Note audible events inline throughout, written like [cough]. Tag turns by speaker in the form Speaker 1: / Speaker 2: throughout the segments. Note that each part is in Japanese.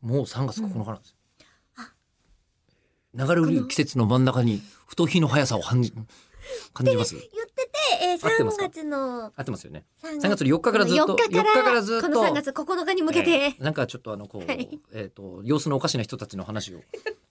Speaker 1: もう3月9日なんですよ、
Speaker 2: あ
Speaker 1: 流れるよう季節の真ん中に太日の速さを感じ感じます
Speaker 2: 言ってて、えー、
Speaker 1: 合ってます
Speaker 2: 3
Speaker 1: か
Speaker 2: 月の
Speaker 1: 合ってますよね
Speaker 2: 3
Speaker 1: 3月の4日からずっと
Speaker 2: 4日から
Speaker 1: 4日からずっと
Speaker 2: この3月9日に向けて、
Speaker 1: えーなんかちょっとあのこう、
Speaker 2: はい
Speaker 1: えっ、と様子のおかしな人たちの話を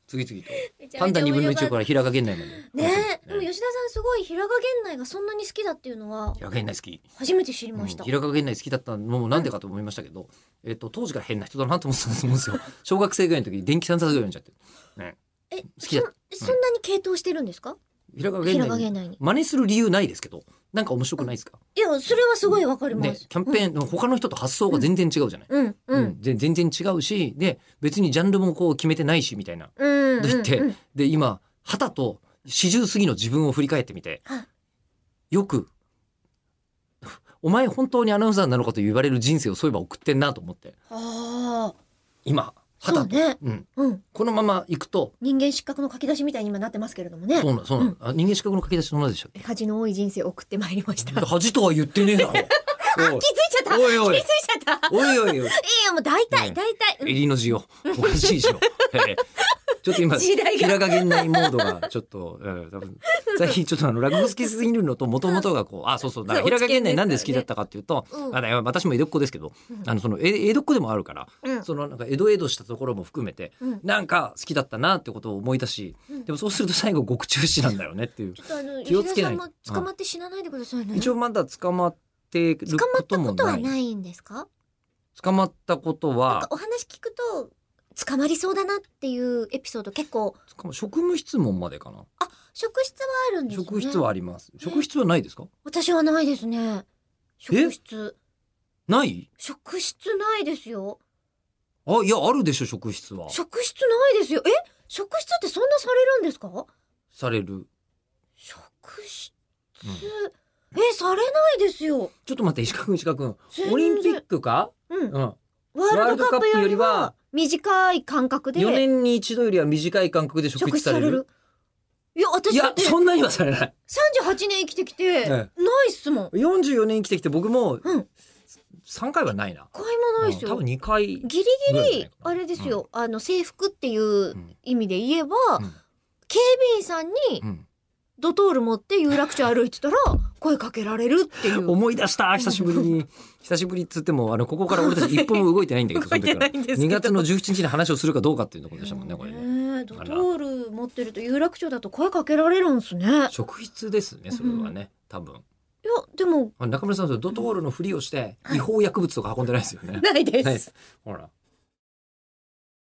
Speaker 1: 次々
Speaker 2: [laughs]
Speaker 1: と
Speaker 2: めちゃ
Speaker 1: パン
Speaker 2: めち
Speaker 1: ダ
Speaker 2: ゃ
Speaker 1: 2分の
Speaker 2: 及
Speaker 1: 1
Speaker 2: ば
Speaker 1: から平賀源内まで
Speaker 2: ね
Speaker 1: 話して
Speaker 2: えでも吉田さんすごい平賀源内がそんなに好きだっていうのは
Speaker 1: 平賀源内好き
Speaker 2: 初めて知りました、
Speaker 1: うん平川源内好きだったのもなんでかと思いましたけど、えっと当時から変な人だなと思ってたと思うんですよ
Speaker 2: [laughs]
Speaker 1: 小学生ぐらいの時に電気三冊ぐらい読んじゃって
Speaker 2: え
Speaker 1: きだ
Speaker 2: そそんなに傾倒してるんですか、
Speaker 1: 平川
Speaker 2: 平
Speaker 1: 源
Speaker 2: 賀
Speaker 1: 内に
Speaker 2: 源内に
Speaker 1: 真似する理由ないですけどなんか面白くないですか、
Speaker 2: いやそれはすごいわかりま
Speaker 1: ね
Speaker 2: す、
Speaker 1: キャンペーン、他の人と発想が全然違うじゃない、
Speaker 2: うんう
Speaker 1: うんんで全然違うしで別にジャンルもこう決めてないしみたいな
Speaker 2: うんうん
Speaker 1: だって
Speaker 2: うん
Speaker 1: で今旗と四十過ぎの自分を振り返ってみて
Speaker 2: はい
Speaker 1: よく「お前本当にアナウンサーなのか?」と言われる人生をそういえば送ってんなと思って
Speaker 2: ああ
Speaker 1: 今
Speaker 2: そ
Speaker 1: 旗
Speaker 2: う
Speaker 1: と、
Speaker 2: ね
Speaker 1: うん、
Speaker 2: うん
Speaker 1: このまま行くと
Speaker 2: 人間失格の書き出しみたいに今なってますけれどもね
Speaker 1: そうなのそうなの、あ人間資格の書き出しそんなでしたっ
Speaker 2: 恥の多い人生を送ってまいりました
Speaker 1: [laughs] け
Speaker 2: 気づい
Speaker 1: 恥とは言ってねえだ
Speaker 2: [laughs]
Speaker 1: ろおい
Speaker 2: ちゃった
Speaker 1: おいおい
Speaker 2: 気づいちゃった
Speaker 1: おいおいおい
Speaker 2: いやもう大体
Speaker 1: ね
Speaker 2: 大体、うん
Speaker 1: 襟の字をおかしいでしょええちょっと今
Speaker 2: 時
Speaker 1: [laughs]
Speaker 2: 代が
Speaker 1: 平賀源内モードがちょっと、ええ多
Speaker 2: [laughs]
Speaker 1: 分最近ちょっとあの落語好きすぎるのともともとがこうあそうそうだから
Speaker 2: そう
Speaker 1: 平賀源内なんで好きだったかっていうと、
Speaker 2: うん
Speaker 1: あの私も江戸っ子ですけど、
Speaker 2: うん
Speaker 1: あのその江江戸っ子でもあるから、
Speaker 2: うん
Speaker 1: そのなんか江戸江戸したところも含めて、
Speaker 2: うん
Speaker 1: なんか好きだったなってことを思い出し、
Speaker 2: うん
Speaker 1: でもそうすると最後獄中死なんだよねっていう
Speaker 2: ちょっとあの
Speaker 1: 気を
Speaker 2: 吉
Speaker 1: つけ
Speaker 2: 田
Speaker 1: な
Speaker 2: さ
Speaker 1: い
Speaker 2: んも捕まって死なないでくださいね
Speaker 1: 一応まだ捕まってる
Speaker 2: 捕ま
Speaker 1: こ
Speaker 2: った
Speaker 1: とも
Speaker 2: こと
Speaker 1: な
Speaker 2: はいないんですか
Speaker 1: 捕まったこと
Speaker 2: なんか
Speaker 1: は
Speaker 2: お話聞くと捕まりそうだなっていうエピソード結構
Speaker 1: 捕ま職務質問までかな
Speaker 2: 職質はあるんですよね
Speaker 1: 職質はあります職質はないですか
Speaker 2: 私はないですね職質
Speaker 1: ない
Speaker 2: 職質ないですよ
Speaker 1: あいやあるでしょ職質は
Speaker 2: 職質ないですよえ職質ってそんなされるんですか
Speaker 1: される
Speaker 2: 職質、
Speaker 1: うん
Speaker 2: えされないですよ
Speaker 1: ちょっと待って石川君石川君
Speaker 2: 全然
Speaker 1: オリンピックか
Speaker 2: う
Speaker 1: う
Speaker 2: ん
Speaker 1: ん
Speaker 2: ワールドカップより
Speaker 1: ワ
Speaker 2: は短い間隔で
Speaker 1: 4年に一度よりは短い間隔で職
Speaker 2: 職
Speaker 1: 質
Speaker 2: 質
Speaker 1: さ
Speaker 2: さ
Speaker 1: れ
Speaker 2: れ
Speaker 1: る
Speaker 2: るいや
Speaker 1: い
Speaker 2: 私だ
Speaker 1: や
Speaker 2: って
Speaker 1: そんなにはされない
Speaker 2: 38年生きてきて
Speaker 1: ええ
Speaker 2: ないっすもん
Speaker 1: 44年生きてきて僕も
Speaker 2: うん
Speaker 1: 3回はないな
Speaker 2: 買い物ないです
Speaker 1: うん多
Speaker 2: よ
Speaker 1: 分2回
Speaker 2: ギリ
Speaker 1: ぐらい
Speaker 2: ギ
Speaker 1: じゃない
Speaker 2: リ
Speaker 1: かな
Speaker 2: あれですよ、あの制服っていう
Speaker 1: うん
Speaker 2: 意味で言えば、
Speaker 1: うん
Speaker 2: 警備員さんに
Speaker 1: うん
Speaker 2: ドトール持って有楽町歩いてたら声かけられるっていう
Speaker 1: 思い出した久しぶりに久しぶりっつってもあのここから俺たち一歩も動いてないんだけど
Speaker 2: [laughs] 動いてないん
Speaker 1: その
Speaker 2: で
Speaker 1: 時
Speaker 2: すけ
Speaker 1: から
Speaker 2: ど
Speaker 1: 2月の17日に話をするかどうかっていうところでしたもんねこれね
Speaker 2: ねえドトール持ってると有楽町だと声かけられるんですねいや
Speaker 1: 職質ですねそれはね多分
Speaker 2: でも
Speaker 1: あ中村さんそれドトールのふりをして
Speaker 2: はい
Speaker 1: 違法薬物とか運んでないですよね、
Speaker 2: ないです、
Speaker 1: ないですほら